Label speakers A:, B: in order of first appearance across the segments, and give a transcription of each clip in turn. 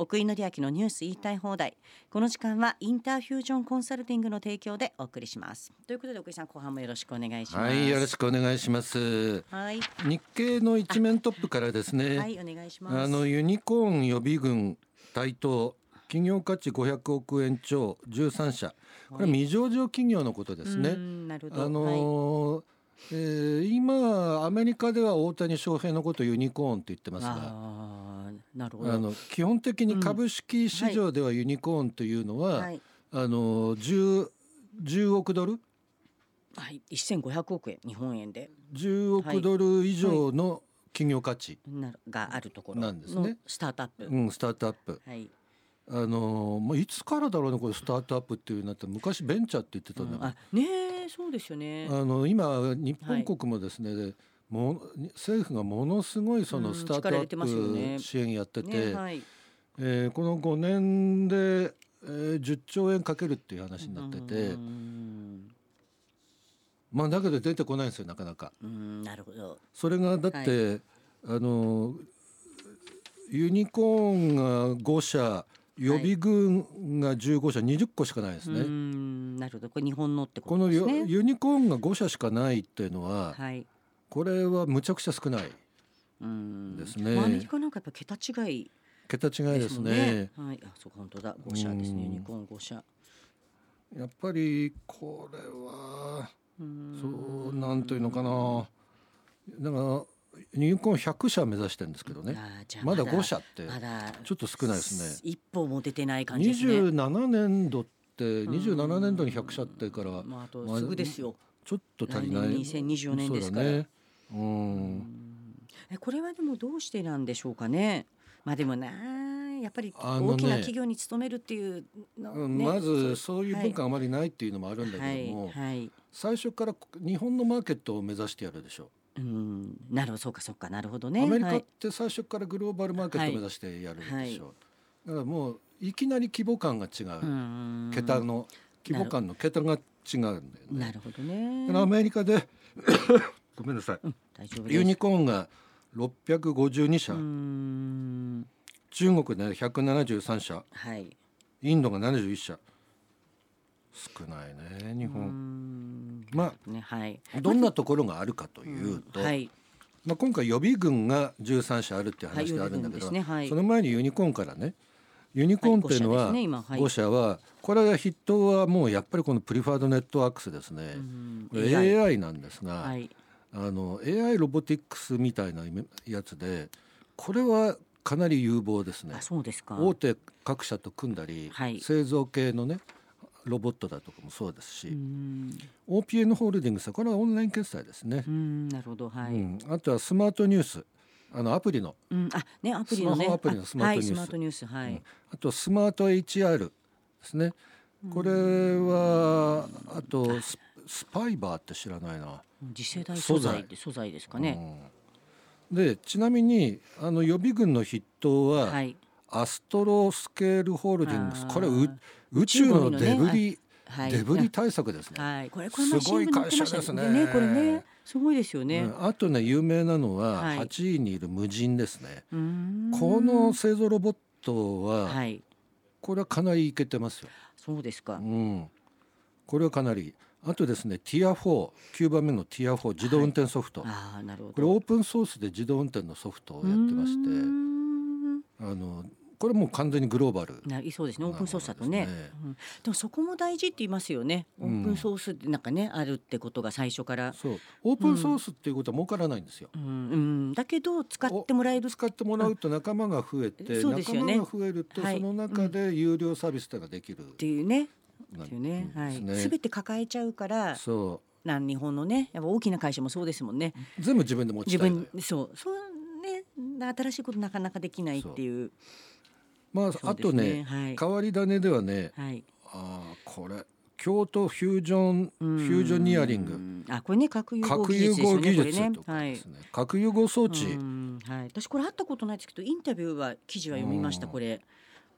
A: 奥井紀明のニュース言いたい放題この時間はインターフュージョンコンサルティングの提供でお送りしますということで奥井さん後半もよろしくお願いします
B: はい、よろしくお願いします。
A: はい
B: 日経の一面トップからですね。
A: はいお願いします
B: あのユニコーン予備軍台頭企業価値500億円超13社これは未上場企業のことです
A: う
B: ね。
A: んなるほど
B: あのーえー今アメリカでは大谷翔平のことをユニコーンと言ってますが。
A: あーなるほど
B: あの基本的に株式市場ではユニコーンというのは、
A: はい
B: あのー 10, 10億ドル
A: はい1500億円日本円で
B: 10億ドル以上の企業価値、
A: なるがあるところ
B: なんですね
A: のスタートアップ、
B: うん、スタートアップ。
A: はい、
B: あのーまあ、いつからだろうねこれスタートアップっていうようになった昔ベンチャーって言ってたんだ
A: うん
B: か
A: あねえそうですよね
B: ら、あの今日本国もですね、もの政府がものすごいそうの
A: ん
B: スタート
A: 力
B: ア
A: 入れてますよ
B: ッ
A: ね
B: プ支援やってて、
A: ねはい、
B: えーこの5年で、えー10兆円かけるっていう話になってて、
A: うん
B: まあ、だけど出てこないんですよなかなか。
A: うんなるほど
B: それがだって、あのーユニコーンが5社予備軍が15社、20個しかないですね。
A: うんなるほどこれ日本のってこ
B: ことの
A: です
B: ユ,、
A: ね
B: ユニコーンが5社しかないっていうのは、
A: はい
B: これはむちゃくちゃ少ない
A: うん
B: ですね
A: まあアメリカなんかやっぱ桁違い
B: 桁違い
A: で
B: ですす
A: もん
B: ね
A: ねはいあそうか本当だ五社ですねユ
B: うん
A: ニコーン五社
B: やっぱりこれは
A: うん
B: そうなんというのかなだからユニコーン100社目指してるんですけどね
A: あーじゃあ
B: まだ5社って
A: まだ
B: ちょっと少ないですね
A: 一歩も出てない感じですね
B: 27年度って27年度に100社ってから
A: うんまああとすぐですよ
B: ちょっと足りない
A: 来年2024年ですから
B: そうだねう
A: うんんえこれはでもどうしてなんでしょうかね。まあでもなやっぱり
B: あのね
A: 大きな企業に勤めるっていうの、
B: うん
A: ね
B: まず
A: そ
B: そういう文化あまりないっていうのもあるん
A: う
B: だ
A: は
B: け
A: い
B: ども、
A: はい。
B: 最初から日本のマーケットを目指してやるでしょ
A: うんなるほどそうかそうかなるほど
B: う、
A: ね。
B: アメリカ
A: は
B: っ
A: い
B: て最初からグローバルマーケットを目指してやるでしょう、
A: はい
B: だからもういきなり規模感が違
A: う
B: う、
A: ん
B: 桁の規模感の桁が違うんだよ
A: な
B: ね
A: るほどね。
B: だからアメリカでごめんなさい、
A: うん大丈夫です。
B: ユニコーンが652社、
A: うん
B: 中国で173社
A: はい。
B: インドが71社少ないね日
A: う
B: 本、
A: ん
B: ま
A: ねはい。
B: あどんなところがあるかというと、
A: はい
B: まあ、今回予備軍が13社あるっていう
A: はい
B: 話があるんだけ
A: 予備軍で
B: ど、
A: すねはい
B: その前にユニコーンからねユニコーンっていうのは
A: はい五社ですね今はい
B: 5社はこれは筆頭はもうやっぱりこのプリファードネットワークスですね
A: うん
B: これ AI なんですが、
A: はい
B: あの AI ロボティックスみたいなやつでこれはかなり有望ですね
A: あそうですか。
B: 大手各社と組んだり、
A: はい
B: 製造系のねロボットだとかもそうですし、
A: うん
B: OPN ホールディングスはこれはオンライン決済ですね
A: う、んなるほどはい。
B: うん、あとはスマートニュースあのアプリの
A: うん、あ、ね、アプリの
B: スマ
A: ね。
B: ホアプリの
A: あ
B: スマートニ
A: はい、
B: ュース
A: スマートニュース、は
B: う
A: い
B: ん。あとスマート HR ですねこれはあとススパイバーって知らないな、
A: 次世代素材
B: 素
A: で、素材ですかね。
B: うんでちなみにあの予備軍の筆頭は、
A: はい。
B: アストロスケールホールディング
A: あ
B: ス
A: ー
B: これう宇宙のデブ
A: 宇宙ゴミ
B: リ、
A: はい。
B: デブリ対策ですね、
A: はい、これ、これ前
B: すごい
A: 新聞載ってました
B: 会社ですね
A: ね、これね、すごいですよね。
B: うんあとね有名なのは、
A: はい
B: 8位にいる無人ですね
A: うーん
B: この。製造ロボットは、
A: はい。
B: これはかなりいけてますよ、
A: そうですか
B: う。ん、これはかなりあとですねティア49番目のティア4自動運転ソフト、
A: ああ、なるほど。
B: これオープンソースで自動運転のソフトをやってまして
A: うーん
B: あのこれもう完全にグローバル
A: ないそうですね、オープンソースだと
B: なるほどで
A: ね
B: す。
A: うんでも、そこも大事って言いますよね。オ
B: うん
A: ープンソースって、なんかね、あるってことが最初から。
B: そうオープンソースっていうことは儲からないんですよ、
A: うん、うん、だけど、使ってもらえる。
B: 使ってもらうと仲間が増えて、
A: うんそうです
B: 仲
A: よね
B: 間が増えると
A: はい
B: その中で有料サービスとかできる、
A: っていうね。
B: な
A: っていうね、は
B: です
A: い、
B: ね
A: すべて抱えちゃうから、
B: そ
A: なん日本のね、やっぱ大きな会社もそうですもんね。
B: う全部自分で持
A: 自
B: ちたいのよ
A: 分、そう、そうね、新しいことなかなかできないっていう。
B: まあ
A: そう
B: あ
A: です
B: とね、
A: はい、
B: 変わり種ではね
A: はい、
B: あーこれ京都フュージョンフ
A: うん
B: ュージョンニアリング。
A: あ、これね、核融合
B: 核
A: 技
B: 融
A: 術ですよね、
B: 合技
A: これ
B: 術
A: ね
B: と。か
A: は
B: で
A: い
B: す。ね、核融合装置、
A: うんはい、私これ会ったことないですけど、インタビューは記事は読みました、
B: うん
A: これ。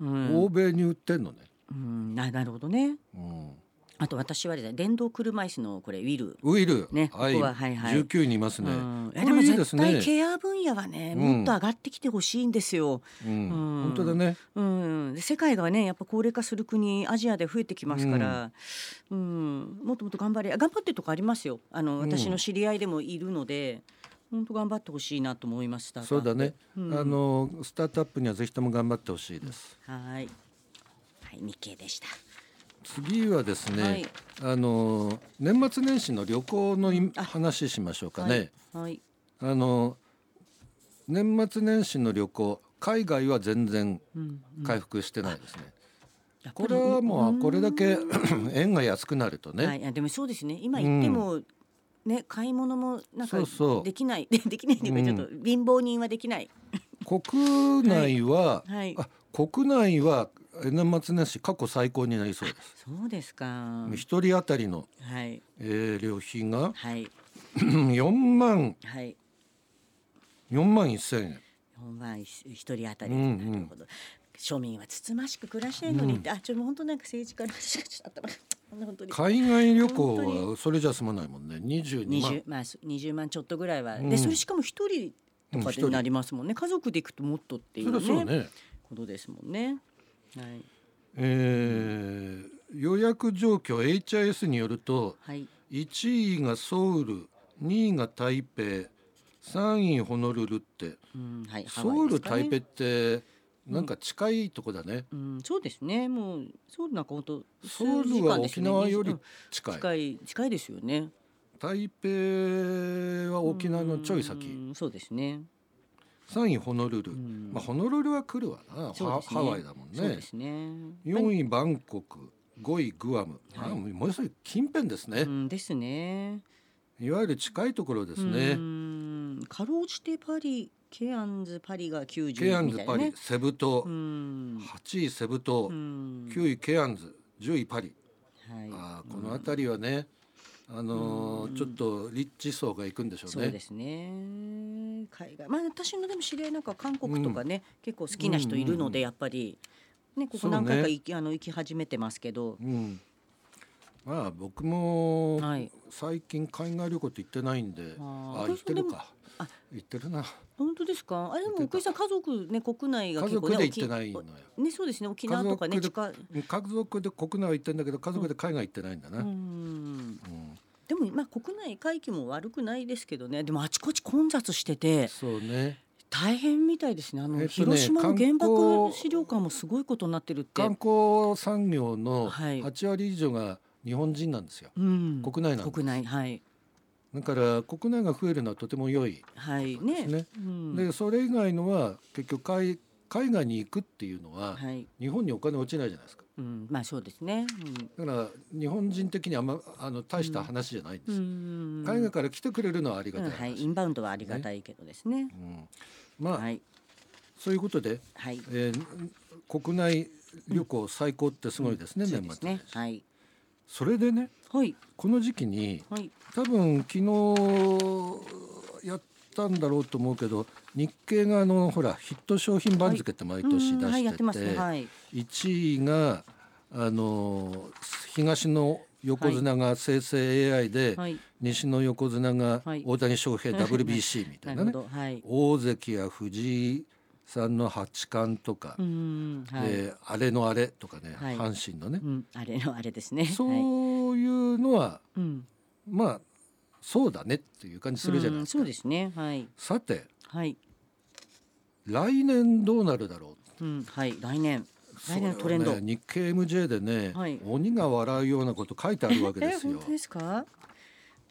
A: う
B: 欧
A: ん、
B: 米に売ってんのね、
A: うん、な、なるほどね。
B: うん
A: あと私はですね電動車椅子のこれウィル
B: ウィル、
A: ね
B: はい、
A: ここははいはい
B: 19人いますね。
A: うんいやで
B: これ
A: も
B: いいで
A: 絶
B: す
A: 対
B: ね。
A: ケア分野はね、
B: うん
A: もっと上がってきてほしいんですよ。
B: うん、
A: うん
B: 本当だね。
A: うん、で世界がねやっぱ高齢化する国アジアで増えてきますから、うんもっともっと頑張れ頑張ってるとこありますよあの
B: うん
A: 私の知り合いでもいるので、本当頑張ってほしいなと思いました
B: そうだね、
A: うん
B: あのスタートアップにはぜひとも頑張ってほしいです。
A: はいはい日経でした
B: 次はですね、
A: はい
B: あの年末年始の旅行のい話しましょうかね。
A: はい、はい、
B: あの年末年始の旅行海外は全然
A: うん
B: 回復してないですね。
A: やっぱ
B: こ
A: り
B: れはもうこれだけ 円が安くなるとね、
A: はい、いやでもそうですね今行っても、ね買い物もなんか
B: そうそう
A: できない できないっていうかちょっと貧乏人はできない、
B: 国内は、
A: はい
B: あ国内はえ年末年始過去最高になりそうです。
A: そうですか
B: 一人当たりの、
A: はい
B: えー、旅費が
A: はい
B: 4万
A: はい
B: 4万1千円。
A: 4万一一人当たり、
B: うんうん
A: なるほど庶民はつつましく暮らしてるのにって、あちょっと本当なんか政治家の話がちょっと頭が本当に
B: 海外旅行
A: 本当
B: はそれじゃ済まないもんね。22万
A: 20。まあす20万ちょっとぐらいは、
B: うん
A: でそれしかも一人とか
B: うん一
A: に
B: 人
A: なりますもんね家族で行くともっとってい
B: そうりゃそうね。
A: ことですもんねはい
B: えー予約状況 HIS によると
A: はい
B: 1位がソウル2位が台北3位ホノルルって
A: うんはい
B: ソウル、
A: ハワイ
B: 台
A: ですかね
B: 北ってなんか近いとこだね、
A: うん、そうですね。もうソウルなんか本当
B: ソウ
A: 数時
B: ルは
A: 間です
B: 沖
A: よね
B: 縄よ
A: う
B: り
A: ん
B: 近い,、
A: 近い近いですよね。
B: 台北は沖縄のちょい先、
A: うんそうですね。
B: 3位ホノルル、
A: ん
B: まあ、ホノルルは来るわな、
A: そう
B: ハ
A: ですね
B: ハワイだもん
A: そう
B: ね
A: ですね。
B: 4位バンコク5位グアム、
A: はい
B: あもうそれ近辺ですね、
A: うんですね。
B: いわゆる近いところですね、
A: うん。かろうじてパリ、ケアンズパリが90みたい
B: ケ
A: な
B: アン
A: ね。
B: ズパリ、セブ島、
A: うん。
B: 8位セブ島、
A: うん
B: 9位ケアンズ10位パリ、
A: はい。
B: あーこの辺りはね、あのーちょっとリッチ層が行くんでしょう
A: そうで
B: ね。
A: すね。海外、まあ私のでも知り合いなんか韓国とかね、結構好きな人いるので、やっぱりねここ何回
B: そう
A: か
B: ね
A: 行き、あの行き始めてますけど、
B: うん、まあ僕も
A: はい。
B: 最近海外旅行って行ってないんで、
A: あー
B: あ行ってるか
A: あ
B: 行ってるな
A: 本当ですか。あれで
B: 行って
A: も奥
B: た
A: 井さん家族ね国内が
B: 家
A: 結構
B: 族
A: ね
B: で
A: 沖
B: 行ってないのよ。
A: ねそうですね沖縄とかね
B: 家
A: 近い。
B: 家族で国内は行ってんだけど家族で海外行ってないんだな。
A: う
B: うん
A: ん。でもまあ国内回帰も悪くないですけどね。でもあちこち混雑してて
B: そうね
A: 大変みたいですね。あの、
B: えっとね
A: 広島の原
B: 観
A: 爆
B: 光
A: 資料館もすごいことになってるって。
B: 観光産業の
A: はい
B: 8割以上が日本人なんですよ。
A: うん。
B: 国内なんです
A: 国内はい
B: だから国内が増えるのはとても良い、
A: はいね。
B: ね
A: うん、
B: でそれ以外のは結局海海外に行くっていうのは
A: はい。
B: 日本にお金落ちないじゃないですか
A: うんまあそうですね。
B: だから日本人的にあんまあの大した話じゃないんで
A: う
B: す、
A: ん。うん
B: 海外から来てくれるのはありが
A: う
B: た
A: ん
B: い
A: は
B: 話、
A: いインバウンドはありがたいけどですね。
B: うんまあ、
A: はい
B: そういうことで、
A: はい。
B: えー国内旅行最高ってすごいですね、
A: そうで
B: 年
A: す
B: 末年
A: ね
B: 始。
A: はい
B: それでね
A: はい
B: この時期に
A: はい。
B: 多分昨日やったんだろうと思うけど日経があのほらヒット商品番付って毎年
A: うん
B: 出
A: はいやっ
B: し
A: ててますね
B: て
A: はい
B: 1位があの東の横綱が生成 AI で
A: はい
B: 西の横綱が
A: はい
B: 大谷翔平 WBC み た
A: ないる
B: な
A: ほ
B: ね
A: どはい
B: 大関や藤井さんの八冠とか
A: うーんはい、
B: えーあれのあれとかね
A: はい
B: 阪神のね
A: うんあれのあれですねはい
B: そういうのは
A: うん
B: まあそうだねっていう感じするじゃない
A: うん
B: です
A: そうですねはい
B: か。さて
A: はい
B: 来年どうなるだろ
A: うんはい来年
B: う
A: 来年のトレンド
B: それはね、日経 MJ でね、
A: はい
B: 鬼が笑うようなこと書いてあるわけで
A: え
B: すよ
A: 本当ですか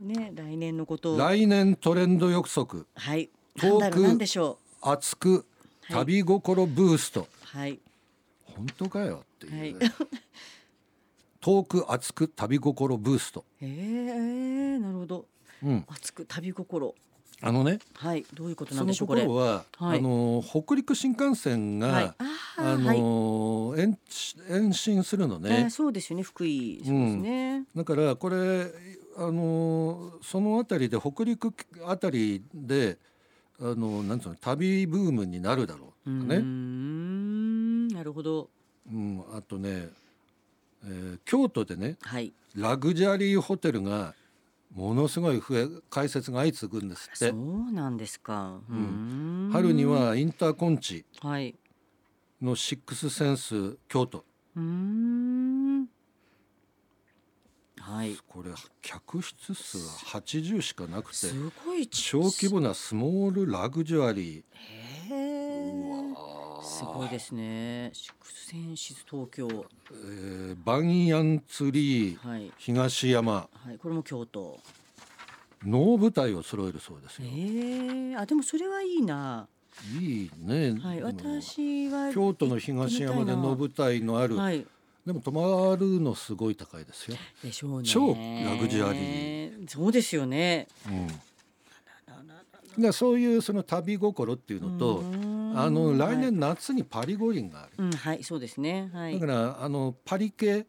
A: ね来年のことをは
B: 来年トレンド予測
A: いなん
B: 遠く
A: だろうなんでしょ
B: 熱く
A: はい
B: 旅心ブースト、
A: うはい
B: 本当かよっていう、ね遠く熱く旅心ブースト、
A: えー、なるほど
B: うん、
A: 熱く旅心
B: あのね
A: はいどういうことな
B: そ
A: んで
B: の
A: しょうこれ
B: 心は、
A: はい
B: あの北陸新幹線が、
A: はいあー
B: あ
A: はい
B: の延期延伸するのね、
A: えーそうですよね福井そうですね、
B: だからこれあのーその辺りで北陸辺りであのーなんつうの旅ブームになるだろう
A: うー
B: ね。
A: んなるほど
B: うん、あとね、ええー京都でね
A: はい。
B: ラグジュアリーホテルがものすごい増え開設が相次ぐんですっ
A: そ
B: て
A: うなんですか。うーん
B: 春に。はインターコンチ
A: はい。
B: のシックスセンス京都
A: うーん。はい。
B: これ客室数が80しかなくて
A: すごい
B: 小規模なスモールラグジュアリ
A: へーすごいですね。祝戦士東京。
B: ー、えーバンヤンツリー
A: はい。
B: 東山
A: はい、これも京都。
B: 能舞台を揃えるそうです
A: え
B: よ。
A: ー、あ、でもそれはいいな。
B: いいね、
A: はい、
B: でも
A: 私は。
B: 京都の東山で能舞台のある、
A: はい。
B: でも泊まるのすごい高いですよ。
A: でしょうね。
B: 超ラグジュアリー。
A: そうですよね。
B: うん、
A: ななな
B: でそういうその旅心っていうの
A: う
B: と、
A: ーん
B: あの来
A: はい
B: 年夏にパリ五輪がある。
A: うん、はい、そうですね。はい。
B: だからあのパリ系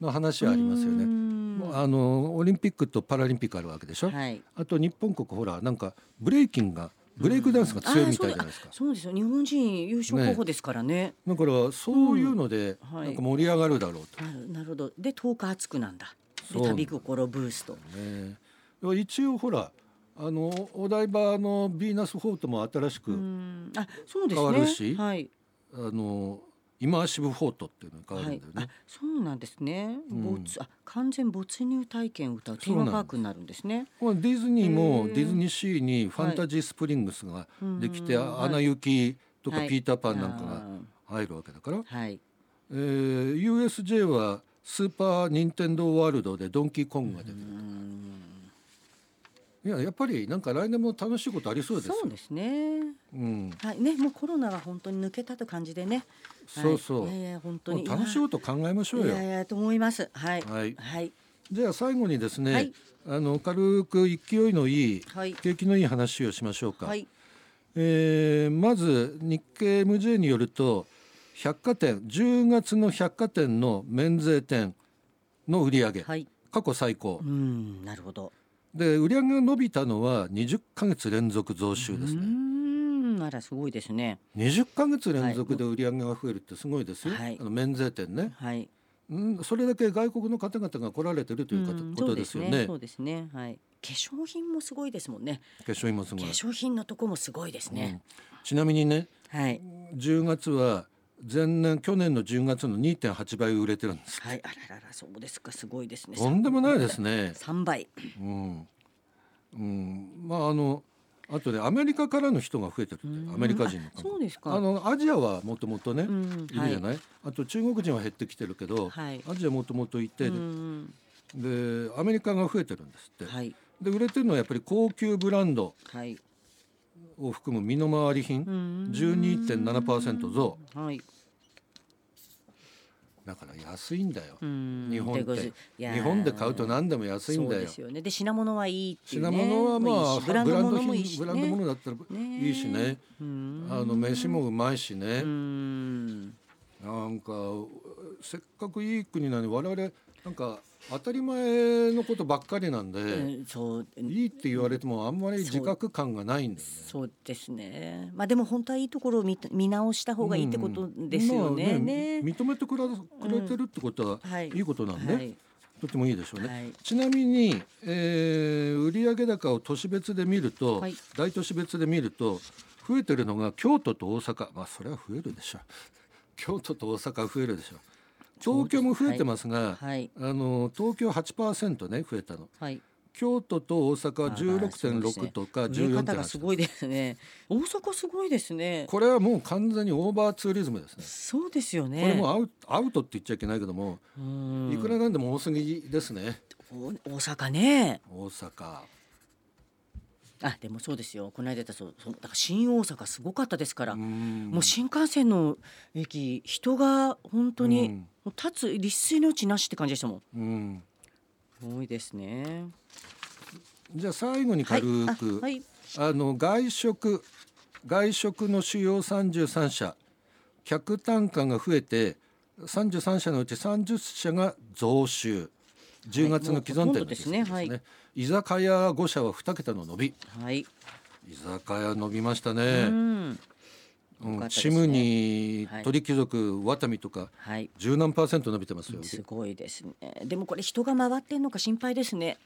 B: の話はありますよ
A: うー
B: ね。
A: ん
B: あのオリンピックとパラリンピックあるわけでしょ。
A: はい。
B: あと日本国ほらなんかブレイキンがブレイクダンスが強いみたいじゃないですか。
A: そうですよ。日本人優勝候補ですからね。
B: だからそういうので
A: うんはい
B: なんか盛り上がるだろう
A: なるなるほど。で、10日暑くなんだ。
B: そ
A: で
B: う
A: 旅心ブースト。
B: とね。でも一応ほらあのお台場のヴィーナスフォートも新し
A: う
B: く
A: ん、あ、そうですね。
B: 変わるし
A: はい。
B: あのイマーシブフォートっていうのが変わるんだよ
A: はい
B: ね。、
A: あそうなんですね、
B: うん
A: 没あ完全没入体験を歌うテーマパークになるんですね
B: これディズニーも
A: へー
B: ディズニーシーにファンタジースプリングスができて「
A: うん
B: アナ雪」とか
A: は
B: 「
A: い
B: ピーター・パン」なんか
A: あ
B: が
A: ー
B: 入るわけだから、
A: はい
B: えー USJ はスーパー・ニンテンドー・ワールドでドンキー・コングが出て
A: う
B: る、
A: ん
B: いややっぱりなんか来年も楽しいことありそうですよ
A: そうですね
B: うん、
A: はいねもうコロナは本当に抜けたと感じでねはい
B: そうそう、
A: いやいや本当
B: も
A: に
B: う楽しいこと考えましょう
A: い
B: よ
A: やいやと思いますはい
B: はい
A: はい
B: じゃあ最後にですね、
A: はい
B: あの軽く勢いのいい、
A: はい
B: 景気のいい話をしましょうか、
A: はい
B: えーまず日経 MJ によると百貨店10月の百貨店の免税店の売り上げ、
A: はい
B: 過去最高
A: うんなるほど
B: で売り上げが伸びたのは20ヶ月連続増
A: う
B: 収ですね
A: んあらすごいですね
B: 20ヶ月連続で売り上げが増えるってすごいですよ、
A: はい
B: あの免税店ね、
A: はい
B: うん、それだけ外国の方々が来られてるというか
A: ん
B: ことですよね
A: そうですねそうですねはい化粧品もすごいですもんね
B: 化粧品もすご
A: 化
B: い、
A: 粧品のとこもすごいです
B: うん
A: ね、
B: ちなみにね
A: はい
B: 10月は前年去年の10月の2.8倍売れてるんです
A: はい、あららら、そうですか、すごいですね。
B: とんでもないですね
A: 三倍。
B: うん、うん、まああのあとねアメリカからの人が増えてるってアメリカ人の
A: あ
B: 方
A: そうですか。
B: あのアジアはもともとね、
A: うん、
B: いるじゃ
A: は
B: ない、あと中国人は減ってきてるけど、
A: はい
B: アジアもともといて、
A: うん
B: でアメリカが増えてるんですって、
A: はい、
B: で売れてるのはやっぱり高級ブランド
A: はい。
B: を含む身の回り品、12.7%増
A: はい。
B: だから安いんだよ、
A: うん
B: 日本
A: でござ
B: っ
A: いい
B: て
A: やー
B: 日本で買うと何でも安いんだ
A: そう
B: よ
A: ですよね。で、品物はいいっていう、ね。
B: 品物はま
A: もうい
B: あ
A: いしブランド物もいい
B: 品
A: し、
B: ブ
A: ね。
B: ランド物だったら
A: ね
B: いいしね。
A: うん。
B: あの飯もうまいしね、
A: うん。
B: なんかせっかくいい国なのに我々なんか当たり前のことばっかりなんで、
A: うんそう。
B: いいって言われてもあんまり自覚感がないんだよね。
A: そうですね。まあでも本当はいいところを見た見直した方がいいってことですよね。
B: うんまあ
A: ね
B: 認めてくらくれてるってことは、
A: はい
B: い、いことなんで、
A: はい
B: とてもいいでしょうね。
A: はい
B: ちなみに、えー売上高を都市別で見ると、
A: はい
B: 大都市別で見ると増えてるのが京都と大阪まあそれは増えるでしょう 京都と大阪は増えるでしょう東京も増えてますが、
A: はい。
B: あの東京8%ね増えたの
A: はい。
B: 京都と大阪は16.6とか
A: 増え方がす
B: 14.8
A: ごいですね。大阪すごいですね。
B: これはもう完全にオーバーツーリズムですね
A: そうですよね。
B: これもうアウアウトって言っちゃいけないけども、
A: うん
B: いくらなんでも多すぎですね
A: お大阪ね。
B: 大阪
A: あでもそうですよ。この間言ったそうそうだから新大阪すごかったですから。
B: ん
A: もう新幹線の駅人が本当に、
B: うん
A: もう立つ立水の地なしって感じでしたも
B: うん
A: ん。多いですね。
B: じゃあ最後に軽く、
A: はい。あはい
B: あの外食外食の主要33社客単価が増えて33社のうち30社が増収10月の既存店の実績ですね,、
A: もうほとんどですねはい
B: 居酒屋5社は2桁の伸び
A: はい。
B: 居酒屋伸びました
A: う
B: ね、
A: ん。多かったです
B: シ
A: ね
B: ムニ
A: は
B: ー、
A: い
B: 鳥貴族、ワタミとか
A: はい。
B: 十何パーセント伸びてますよ。
A: すごいですね。でもこれ人が回ってんのか心配ですね。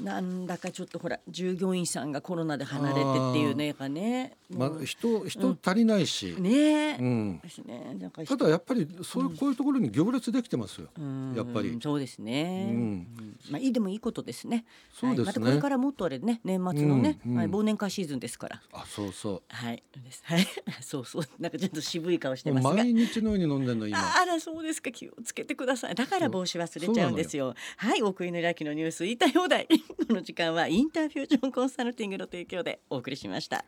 A: なんだかちょっとほら従業員さんがコロナで離れてっていうねがね。
B: ま
A: も
B: あ、人人足りないし、
A: うねえ、
B: うん、
A: ですね。なんか
B: ただやっぱりそういうこういうところに行列できてますよ。
A: うん
B: やっぱり
A: そうですね。
B: うん
A: まあいいでもいいことですね。
B: そうですね
A: はい、またこれからもっとあれね年末のね、
B: うんうん
A: はい、忘年会シーズンですから。
B: あそうそ
A: はい、ですはい、 そうそう、なんかちょっと渋い顔して
B: う
A: ますが。
B: 毎日のように飲んでるの今
A: ああらそうですか気をつけてくださいだから帽子忘れちゃうんですよはい奥井の明 のニュース言いたい放題この時間はインターフュージョンコンサルティングの提供でお送りしました